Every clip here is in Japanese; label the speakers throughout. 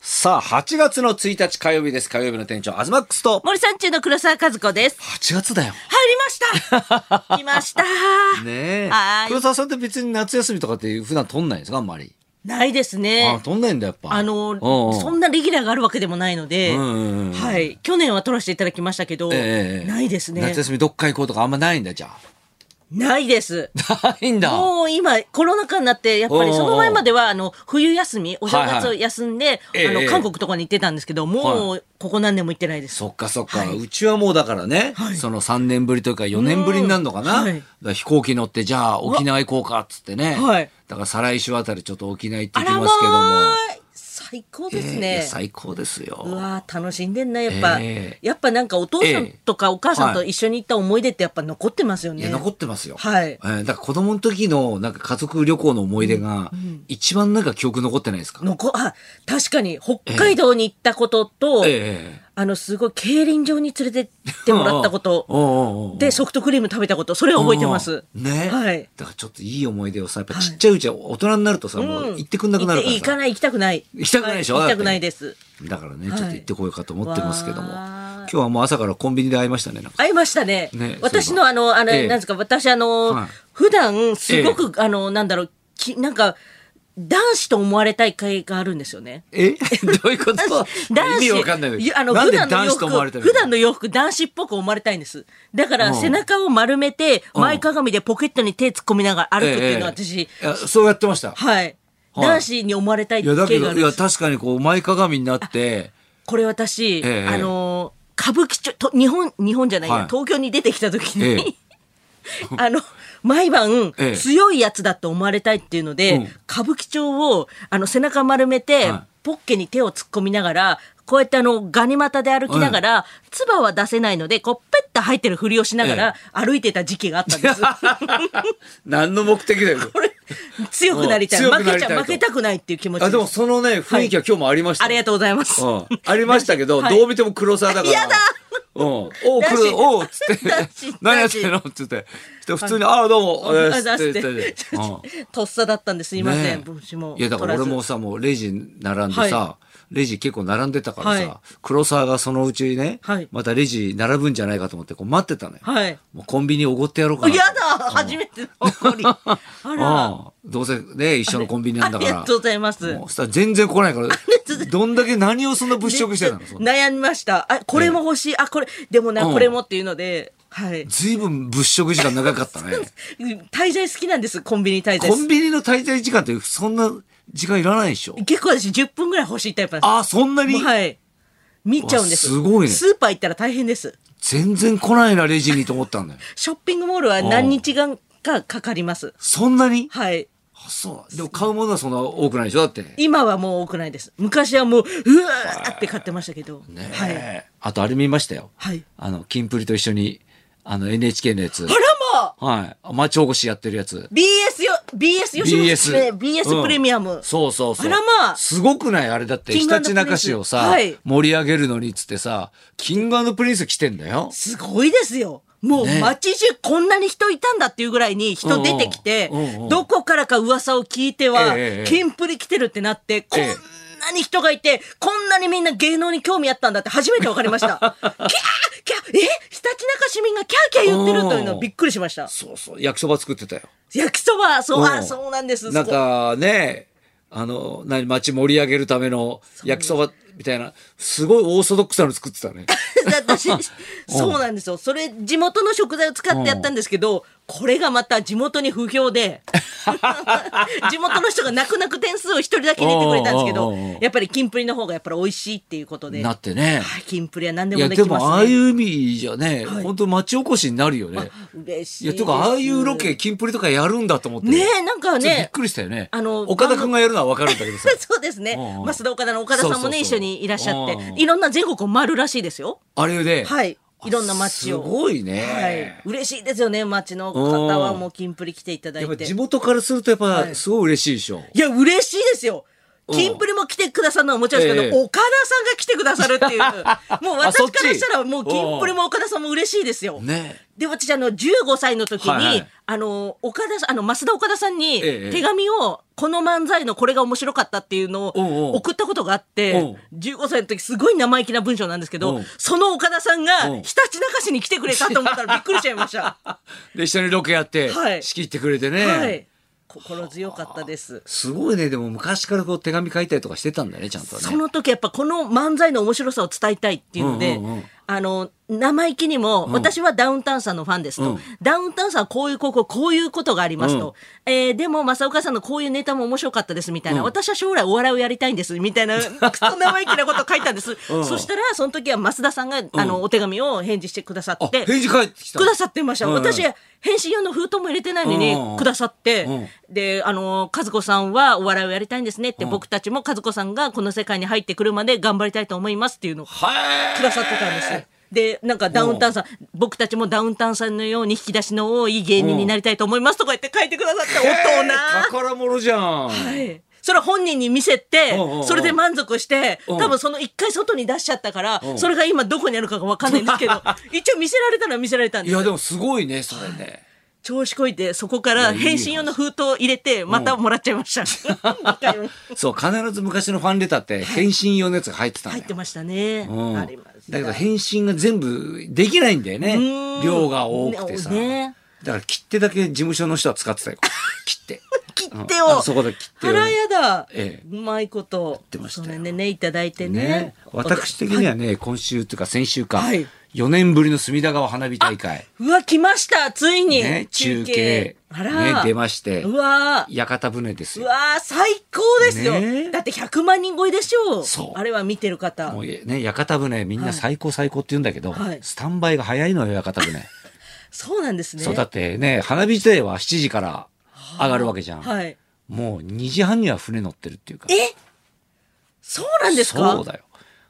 Speaker 1: さあ、8月の1日火曜日です。火曜日の店長、アズマックスと。
Speaker 2: 森三中の黒沢和子です。
Speaker 1: 8月だよ。
Speaker 2: 入りました 来ました
Speaker 1: ねえ
Speaker 2: は。い
Speaker 1: 黒沢さんって別に夏休みとかって普段取んないんですかあんまり。
Speaker 2: ないです
Speaker 1: あ
Speaker 2: ね。
Speaker 1: 取んないんだ、やっぱ。
Speaker 2: あの、そん
Speaker 1: な。
Speaker 2: なレギュラーがあるわけでもないので、
Speaker 1: うんうんうん
Speaker 2: はい。去年は取らせていただきましたけど、
Speaker 1: ええ
Speaker 2: ないですね
Speaker 1: 夏。休みどっか行こうとかあんまないんだ、じゃ
Speaker 2: ないです。
Speaker 1: あ。ないんだ。
Speaker 2: もう今、コロナ禍になって、やっぱ
Speaker 1: おうお
Speaker 2: り
Speaker 1: う
Speaker 2: その前までは、あの、冬休み、お正
Speaker 1: はい
Speaker 2: 月
Speaker 1: は
Speaker 2: を
Speaker 1: い
Speaker 2: 休んで、
Speaker 1: ええ
Speaker 2: あ
Speaker 1: ええ
Speaker 2: の、韓国とかに行ってたんですけど、もう、ここ何年も行ってないです。
Speaker 1: そっかそっか、
Speaker 2: はいう
Speaker 1: ちはもうだからね、その3年ぶりというか4年ぶりになるのかな、
Speaker 2: うんはい
Speaker 1: だから飛行機乗ってじゃあ沖縄行こうかっつってね、
Speaker 2: はい
Speaker 1: だから再来週あたりちょっと沖縄行って
Speaker 2: あ
Speaker 1: きます
Speaker 2: らま
Speaker 1: けども
Speaker 2: あ、最高で
Speaker 1: え
Speaker 2: す
Speaker 1: えいや
Speaker 2: ね。
Speaker 1: 最高ですよ
Speaker 2: うわー楽しんでんなやっぱ、
Speaker 1: え
Speaker 2: やっぱなんかお父さんとかお母さんと一緒に行った思い出ってやっぱ残ってますよ
Speaker 1: い
Speaker 2: ね。
Speaker 1: や残ってますよ、
Speaker 2: はい
Speaker 1: えーだから子供の時のなんか家族旅行の思い出が一番なんか記憶残ってないですか、
Speaker 2: 残あ確かに北海道に行ったことと、
Speaker 1: ええ
Speaker 2: あのすごい競輪場に連れてってもらったこ
Speaker 1: おう
Speaker 2: と
Speaker 1: お うおう
Speaker 2: でソフトクリーム食べたことそれは覚えてます。
Speaker 1: うんね、
Speaker 2: はい。
Speaker 1: だからちょっといい思い出をさやっぱちっちゃいうちは大人になるとさ、もう行ってくんなくなるからさ
Speaker 2: 行って行かない行きたくない。
Speaker 1: 行きたくないでしょ
Speaker 2: は行き
Speaker 1: だって
Speaker 2: たくないです。
Speaker 1: だからね、
Speaker 2: はい
Speaker 1: ちょっと行ってこようかと思ってますけども。
Speaker 2: わ
Speaker 1: 今
Speaker 2: ー
Speaker 1: 日はもう朝からコンビニで会いましたね。なんか
Speaker 2: 会いましたね。
Speaker 1: ね
Speaker 2: 私
Speaker 1: そういえば
Speaker 2: のあの、あの、
Speaker 1: ええ
Speaker 2: なんですか、私あの、
Speaker 1: はい
Speaker 2: 普段すごく、あの、なんだろう、きなんか、男子と思われたい会があるんですよね。
Speaker 1: え どういうこと
Speaker 2: 男
Speaker 1: 意味わかんない
Speaker 2: 子、あの、
Speaker 1: なん
Speaker 2: 普
Speaker 1: で
Speaker 2: 段の
Speaker 1: 男
Speaker 2: 洋
Speaker 1: 子と
Speaker 2: 服、
Speaker 1: 思われてる
Speaker 2: 普段の洋服、男子っぽく思われたいんです。だか
Speaker 1: う
Speaker 2: ら、
Speaker 1: ん
Speaker 2: 背中を丸めて、
Speaker 1: うん
Speaker 2: 前かがみでポケットに手突っ込みながら歩くっていうのは、
Speaker 1: ええ
Speaker 2: 私、
Speaker 1: いやそうやってました。
Speaker 2: はい。
Speaker 1: はい
Speaker 2: 男子に思われたい
Speaker 1: いや、だけ
Speaker 2: 系が
Speaker 1: ど、
Speaker 2: あ
Speaker 1: い
Speaker 2: るんで
Speaker 1: や、
Speaker 2: す。
Speaker 1: 確かにこう、前かがみにな って、
Speaker 2: これ私、
Speaker 1: ええ
Speaker 2: あの、歌舞伎町、と日本、日本じゃないや、
Speaker 1: はい
Speaker 2: 東京に出てきた時に、
Speaker 1: ええ
Speaker 2: あの、毎晩、
Speaker 1: ええ
Speaker 2: 強いやつだと思われたいっていうので、
Speaker 1: うん
Speaker 2: 歌舞伎町を、あの、背中丸めて、
Speaker 1: はい
Speaker 2: ポッケに手を突っ込みながら、こうやってあの、ガニ股で歩きながら、唾は出せないので、こう、ペッと入ってるふりをしながら、歩いてた時期があったんです。
Speaker 1: 何の目的だよ。
Speaker 2: これ、 強くなりたい。
Speaker 1: 強く
Speaker 2: 負
Speaker 1: なり
Speaker 2: けち
Speaker 1: たいと
Speaker 2: ゃ、負けたくないっていう気持ちです。
Speaker 1: あ、でもそのね、雰囲気は今日もありました
Speaker 2: あ
Speaker 1: よ。
Speaker 2: りがとうございます。
Speaker 1: うんありましたけど、
Speaker 2: はい
Speaker 1: どう見ても黒沢だから。
Speaker 2: やだ
Speaker 1: うん。おう、黒
Speaker 2: だし
Speaker 1: おう、つって
Speaker 2: だし。
Speaker 1: 何やってんのっつって。普通に、ああ、どうも、おやす
Speaker 2: あ
Speaker 1: って
Speaker 2: 出
Speaker 1: 言って。
Speaker 2: して
Speaker 1: うん
Speaker 2: とっさだったんですいません、
Speaker 1: ねえ
Speaker 2: 私も
Speaker 1: いやだから俺
Speaker 2: 取
Speaker 1: も
Speaker 2: ず
Speaker 1: さもうレジ並んでさ、
Speaker 2: は
Speaker 1: レジ結構並んでたからさ、
Speaker 2: は
Speaker 1: 黒沢がそのうちね、
Speaker 2: はい
Speaker 1: またレジ並ぶんじゃないかと思ってこう待ってたのよ、
Speaker 2: はい
Speaker 1: もうコンビニおごってやろうかな
Speaker 2: やだ初めての怒 りあら
Speaker 1: ああどうせね一緒のコンビニなんだから
Speaker 2: ありがとうございます
Speaker 1: もうさ全然来ない からどんだけ何をそんな物色してたの
Speaker 2: で
Speaker 1: そんな
Speaker 2: 悩みましたあこれも欲しい、あこれでもな、
Speaker 1: うん
Speaker 2: これもっていうので はい
Speaker 1: 随分物色時間長かったね
Speaker 2: 滞在好きなんですコンビニ滞在
Speaker 1: コンビニの滞在時間ってそんな時間いらないでしょ
Speaker 2: 結構私10分ぐらい欲しいタイプなんで
Speaker 1: ああそんな
Speaker 2: す
Speaker 1: に、
Speaker 2: もうはい見ちゃうんです
Speaker 1: わすごいね
Speaker 2: スーパー行ったら大変です
Speaker 1: 全然来ないなレジにと思った んだよ
Speaker 2: ショッピングモールは何日間かかかります
Speaker 1: そんなに
Speaker 2: はい
Speaker 1: あそうでも買うものはそんな多くないでしょだって
Speaker 2: 今はもう多くないです昔はもううわーって買ってましたけど、
Speaker 1: ね
Speaker 2: はい
Speaker 1: えあとあれ見ましたよ。
Speaker 2: はい
Speaker 1: あの、キンプリと一緒に、あの、NHK のやつ。
Speaker 2: あらま
Speaker 1: はい。町おこしやってるやつ。
Speaker 2: BS よ BS 吉本
Speaker 1: BS。
Speaker 2: BS
Speaker 1: うん
Speaker 2: プレミアム、
Speaker 1: そうそうそう。
Speaker 2: あらまあ
Speaker 1: すごくないあれだって、
Speaker 2: キ
Speaker 1: ひ
Speaker 2: ング
Speaker 1: たちなか市をさ、
Speaker 2: はい
Speaker 1: 盛り上げるのにっつってさ、キングプリンス来てんだよ。
Speaker 2: すごいですよもう
Speaker 1: ね
Speaker 2: 街中こんなに人いたんだっていうぐらいに人出てきて、
Speaker 1: うんうんうんうん
Speaker 2: どこからか噂を聞いては、
Speaker 1: ええ
Speaker 2: キンプリ来てるってなってこんなに人がいてこんなにみんな芸能に興味あったんだって初めて分かり ましたキャーキャーえひたちなか市民がキャーキャー言ってるというのはびっくりしました
Speaker 1: そうそう。焼きそば作ってたよ。
Speaker 2: 焼きそばそう
Speaker 1: う
Speaker 2: あ
Speaker 1: ん
Speaker 2: そうなんです
Speaker 1: なん
Speaker 2: そこ
Speaker 1: かね、あの、何、町盛り上げるための焼きそばみたいな、すごいオーソドックスなの作ってたね。
Speaker 2: 私そうなんですよそれ地元の食材を使ってやったんですけどこれがまた地元に不 評で地元の人が泣く泣く点数を一人だけ入れてくれたんですけ
Speaker 1: おう
Speaker 2: ど
Speaker 1: おうおう
Speaker 2: やっぱりキンプリの方がやっぱり美味しいっていうことで
Speaker 1: なってね。
Speaker 2: はいキンプリは何で
Speaker 1: いや
Speaker 2: もで
Speaker 1: で
Speaker 2: きま
Speaker 1: も
Speaker 2: すね
Speaker 1: ああいう意味じゃね、
Speaker 2: はい
Speaker 1: 本当町おこしになるよね。
Speaker 2: 嬉しい
Speaker 1: いやとかああいうロケ
Speaker 2: ね
Speaker 1: キンプリとかやるんだと思って
Speaker 2: えなんか
Speaker 1: ちょっとびっ
Speaker 2: ね
Speaker 1: くりしたよね
Speaker 2: あの
Speaker 1: 岡田君がやるのはわかるんだけどさ
Speaker 2: そうですね
Speaker 1: うんうん
Speaker 2: 増田岡田の岡田さんもね
Speaker 1: そうそうそう
Speaker 2: 一緒にいらっしゃっ
Speaker 1: うんうん
Speaker 2: ていろんな全国を回るらしいですよ
Speaker 1: あれで、
Speaker 2: はい
Speaker 1: あ
Speaker 2: いろんな街を
Speaker 1: すごいね、
Speaker 2: はい、嬉しいですよね町の方はもうキンプリ来ていただ
Speaker 1: やっ
Speaker 2: い
Speaker 1: ぱ
Speaker 2: て
Speaker 1: 地元からするとやっぱすごい嬉しいでしょ、
Speaker 2: いや嬉しいですよ
Speaker 1: うん
Speaker 2: キンプリも来てくださるのはもちろんですけど、
Speaker 1: ええ
Speaker 2: 岡田さんが来てくださる っていうもう
Speaker 1: あそっ
Speaker 2: 私
Speaker 1: ち
Speaker 2: からしたらもうキンプリも岡田さんも嬉しいですよ。
Speaker 1: ね
Speaker 2: で私あの15歳の時に、
Speaker 1: はいはい
Speaker 2: あの岡田さんあの増田岡田さんに
Speaker 1: ええ
Speaker 2: 手紙を、この漫才のこれが面白かったっていうの
Speaker 1: おうお
Speaker 2: を
Speaker 1: う
Speaker 2: 送ったことがあって
Speaker 1: おう
Speaker 2: 15歳の時すごい生意気な文章なんですけ
Speaker 1: お
Speaker 2: ど
Speaker 1: う
Speaker 2: その岡田さんが
Speaker 1: おう
Speaker 2: ひたちなか市に来てくれたと思ったらびっくりしちゃいました。
Speaker 1: で一緒にロケやって、
Speaker 2: はい
Speaker 1: 仕切ってくれてね、
Speaker 2: はい、心強かったです。
Speaker 1: すごいねでも昔からこう手紙書いたりとかしてたんだねちゃんとね
Speaker 2: その時やっぱこの漫才の面白さを伝えたいっていうので、
Speaker 1: うんうんうん
Speaker 2: あの生意気にも、私はダウンタウンさんのファンですと、
Speaker 1: うん
Speaker 2: ダウンタウンさんはこういうこうこうこういうことがありますと、えーでも正岡さんのこういうネタも面白かったですみたいな、
Speaker 1: うん
Speaker 2: 私は将来お笑いをやりたいんですみたいなくそ生意気なことを書いたんです、
Speaker 1: うん
Speaker 2: そしたらその時は増田さんが、あのお手紙を返事してくださ
Speaker 1: あ
Speaker 2: って
Speaker 1: 返事返ってきた
Speaker 2: くださってました、
Speaker 1: うんうん
Speaker 2: 私返信用の封筒も入れてないのに
Speaker 1: うん
Speaker 2: くださって、
Speaker 1: う
Speaker 2: であの和子さんはお笑いをやりたいんですねって、僕たちも和子さんがこの世界に入ってくるまで頑張りたいと思いますっていうのを
Speaker 1: はい
Speaker 2: くださってたんですよでなんかダウンタウンさん僕たちもダウンタウンさんのように引き出しの多い芸人になりたいと思いますとか言って書いてくださった大人、
Speaker 1: 宝物じゃん、
Speaker 2: はいそれは本人に見せて
Speaker 1: うんうんうん
Speaker 2: それで満足して
Speaker 1: うん
Speaker 2: 多分その一回外に出しちゃったから
Speaker 1: ん
Speaker 2: それが今どこにあるかが分かんないんで すけど一応見せられたのは見せられたん
Speaker 1: い
Speaker 2: です
Speaker 1: やでもすごいねそれね、
Speaker 2: 調子こいてそこから返信用の封筒を入れてまたもらっちゃい ました、わかります
Speaker 1: そう必ず昔のファンレターって返信用のやつが入ってたんだ
Speaker 2: 入
Speaker 1: よ
Speaker 2: ってましたね、
Speaker 1: うん
Speaker 2: あります
Speaker 1: だけど返信が全部できないんだよね
Speaker 2: うん
Speaker 1: 量が多くてさ、
Speaker 2: ね
Speaker 1: だから切手だけ事務所の人は使 ってたよ切手
Speaker 2: 切手
Speaker 1: うん
Speaker 2: を、
Speaker 1: あそこで切手をね
Speaker 2: 腹やだ、
Speaker 1: ええ
Speaker 2: うまいこと
Speaker 1: てましたよ
Speaker 2: それねねいただいてね
Speaker 1: ね私的にはね、今週というか先週か、
Speaker 2: はい
Speaker 1: 4年ぶりの隅田川花火大会、
Speaker 2: うわ来ましたついに、
Speaker 1: ね、中継、
Speaker 2: あ
Speaker 1: ね、
Speaker 2: ら、
Speaker 1: 出まして
Speaker 2: うわ
Speaker 1: 屋形船です
Speaker 2: う
Speaker 1: よ
Speaker 2: わ最高ですよ、
Speaker 1: ね
Speaker 2: だって100万人超えでしょ
Speaker 1: そう
Speaker 2: あれは見てる方
Speaker 1: もうね、屋形船みんな最高最高って言うんだけど、
Speaker 2: はい
Speaker 1: スタンバイが早いのよ屋形船、
Speaker 2: そうなんですね
Speaker 1: そうだってね花火自体は7時から上がるわけじゃん、
Speaker 2: はい
Speaker 1: もう2時半には船乗ってるっていうか
Speaker 2: えそうなんですか
Speaker 1: そうだよ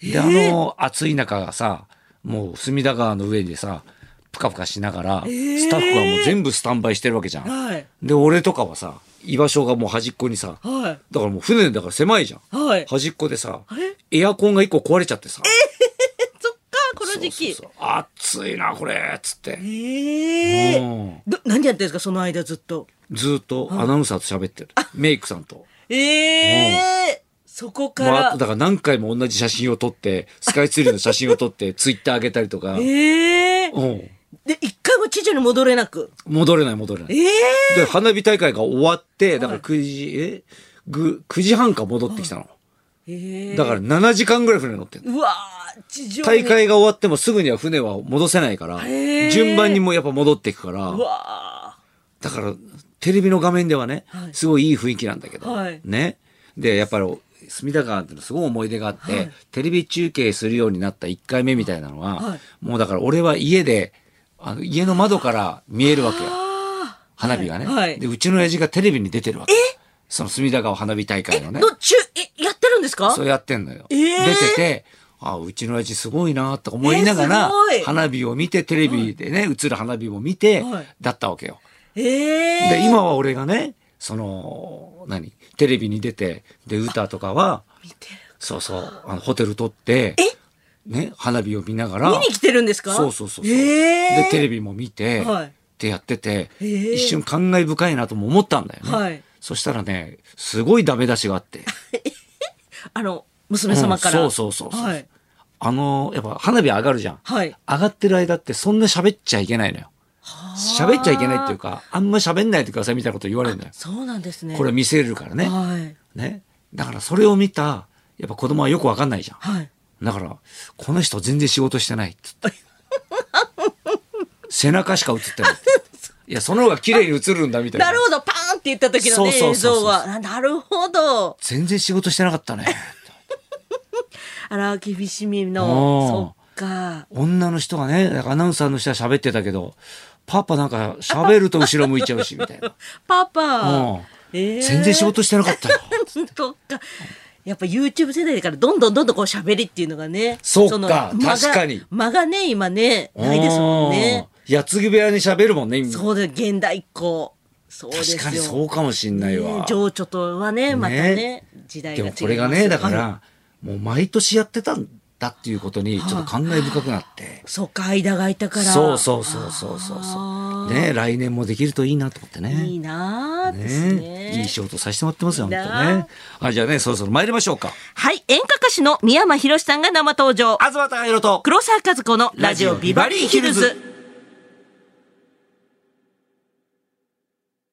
Speaker 1: で、
Speaker 2: えー
Speaker 1: あの暑い中がさもう隅田川の上でさプカプカしながら、
Speaker 2: ー
Speaker 1: スタッフはもう全部スタンバイしてるわけじゃん
Speaker 2: はい
Speaker 1: で俺とかはさ居場所がもう端っこにさ
Speaker 2: はい
Speaker 1: だからもう船だから狭いじゃん
Speaker 2: はい
Speaker 1: 端っこでさ
Speaker 2: あれ
Speaker 1: エアコンが1個壊れちゃってさ
Speaker 2: そっかこの時期
Speaker 1: そうそうそう暑いなこれっつって
Speaker 2: ええ
Speaker 1: うん
Speaker 2: ど何やってるんですかその間ずっと
Speaker 1: ずーっとアナウンサーと喋ってるメイクさんと。
Speaker 2: ええそこか
Speaker 1: もうあ
Speaker 2: ら
Speaker 1: とだから何回も同じ写真を撮ってスカイツリーの写真を撮ってツイッター上げたりとか、
Speaker 2: ええ
Speaker 1: うん、
Speaker 2: で一回も地上に戻れなく
Speaker 1: 戻れない戻れない。
Speaker 2: ええ
Speaker 1: で花火大会が終わってだから9時、えぐ9時半か戻ってきたの、
Speaker 2: ええ
Speaker 1: だから7時間ぐらい船乗ってる
Speaker 2: うわー地上に
Speaker 1: 大会が終わってもすぐには船は戻せないから、
Speaker 2: へー
Speaker 1: 順番にもうやっぱ戻っていくから
Speaker 2: うわ
Speaker 1: だからテレビの画面ではね、
Speaker 2: はい
Speaker 1: すごいいい雰囲気なんだけど、
Speaker 2: はい
Speaker 1: ねでやっぱり隅田川っていうのすごい思い出があって、
Speaker 2: はい
Speaker 1: テレビ中継するようになった1回目みたいなのは、
Speaker 2: はい
Speaker 1: もうだから俺は家であの家の窓から見えるわけよ
Speaker 2: あ
Speaker 1: 花火がね、
Speaker 2: はいはい
Speaker 1: でうちの親父がテレビに出てるわけその隅田川花火大会の
Speaker 2: ー
Speaker 1: ね
Speaker 2: どっちゅえやってるんですか
Speaker 1: そうやってんのよ、
Speaker 2: えー
Speaker 1: 出ててあうちの親父すごいなと思いなが
Speaker 2: えー
Speaker 1: ら
Speaker 2: すごい
Speaker 1: 花火を見てテレビでね、映る花火も見て、
Speaker 2: はい
Speaker 1: だったわけよ
Speaker 2: ええ
Speaker 1: で今は俺がねその何テレビに出てで歌とかは
Speaker 2: 見てる
Speaker 1: そうそうあのホテル取ってね、花火を見ながら
Speaker 2: 見に来てるんですか
Speaker 1: そうそうそうそう
Speaker 2: ええ
Speaker 1: でテレビも見て、
Speaker 2: はい
Speaker 1: ってやってて、
Speaker 2: へえ
Speaker 1: 一瞬感慨深いなとも思ったんだよね、
Speaker 2: はい
Speaker 1: そしたらねすごいダメ出しがあって
Speaker 2: あの娘様から、
Speaker 1: うんそうそうそうそう
Speaker 2: はい
Speaker 1: あのやっぱ花火上がるじゃん
Speaker 2: はい
Speaker 1: 上がってる間ってそんな喋っちゃいけないのよ喋っちゃいけないっていうかあんま喋んないでくださいみたいなこと言われるのよ
Speaker 2: そうなんですね
Speaker 1: これ見せるからね、
Speaker 2: はい
Speaker 1: ね。だからそれを見た、やっぱ子供はよくわかんないじゃん。
Speaker 2: はい
Speaker 1: だから、この人全然仕事してないっつって。背中しか映ってないって。いや、その方が綺麗に映るんだみたいな。
Speaker 2: なるほどパーンって言った時のね
Speaker 1: そうそうそう
Speaker 2: 映
Speaker 1: そう
Speaker 2: 像はあなるほど
Speaker 1: 全然仕事してなかったね。
Speaker 2: あら厳しみ
Speaker 1: お
Speaker 2: のそっか
Speaker 1: 女の人がね、なんかアナウンサーの人は喋ってたけど、パパなんか喋ると後ろ向いちゃうし、みたい な。
Speaker 2: パパ、
Speaker 1: うん全然仕事してなかったよ。
Speaker 2: とかやっぱ YouTube 世代だからどんどんどんどんこう喋りっていうのがね
Speaker 1: そっか
Speaker 2: の
Speaker 1: 確
Speaker 2: 間が
Speaker 1: かに
Speaker 2: 間がね 今ねないですもんね
Speaker 1: うん。矢継ぎ部屋に喋るもんね、今
Speaker 2: そうだよ現代っ子そうです
Speaker 1: 確か
Speaker 2: よ
Speaker 1: にそうかもしんないわ。
Speaker 2: ね情緒とはねまたね時代
Speaker 1: で
Speaker 2: が
Speaker 1: も
Speaker 2: 違います
Speaker 1: これがねだか
Speaker 2: はい
Speaker 1: らもう毎年やってたんだっていうことにちょっと感慨深くなって、
Speaker 2: そうか間が空いたから
Speaker 1: そうそうそうそうそうそ
Speaker 2: あ
Speaker 1: う
Speaker 2: ー
Speaker 1: ね来年もできるといいなと思ってね
Speaker 2: いいなあですね
Speaker 1: ねいい仕事させてもらってますよ
Speaker 2: いい
Speaker 1: 本
Speaker 2: な
Speaker 1: 当ねあじゃあねそろそろ参りましょうか
Speaker 2: はい演歌歌手の宮間博さんが生登場
Speaker 1: 東太郎と
Speaker 2: 黒沢和子のラジオビバリーヒルズ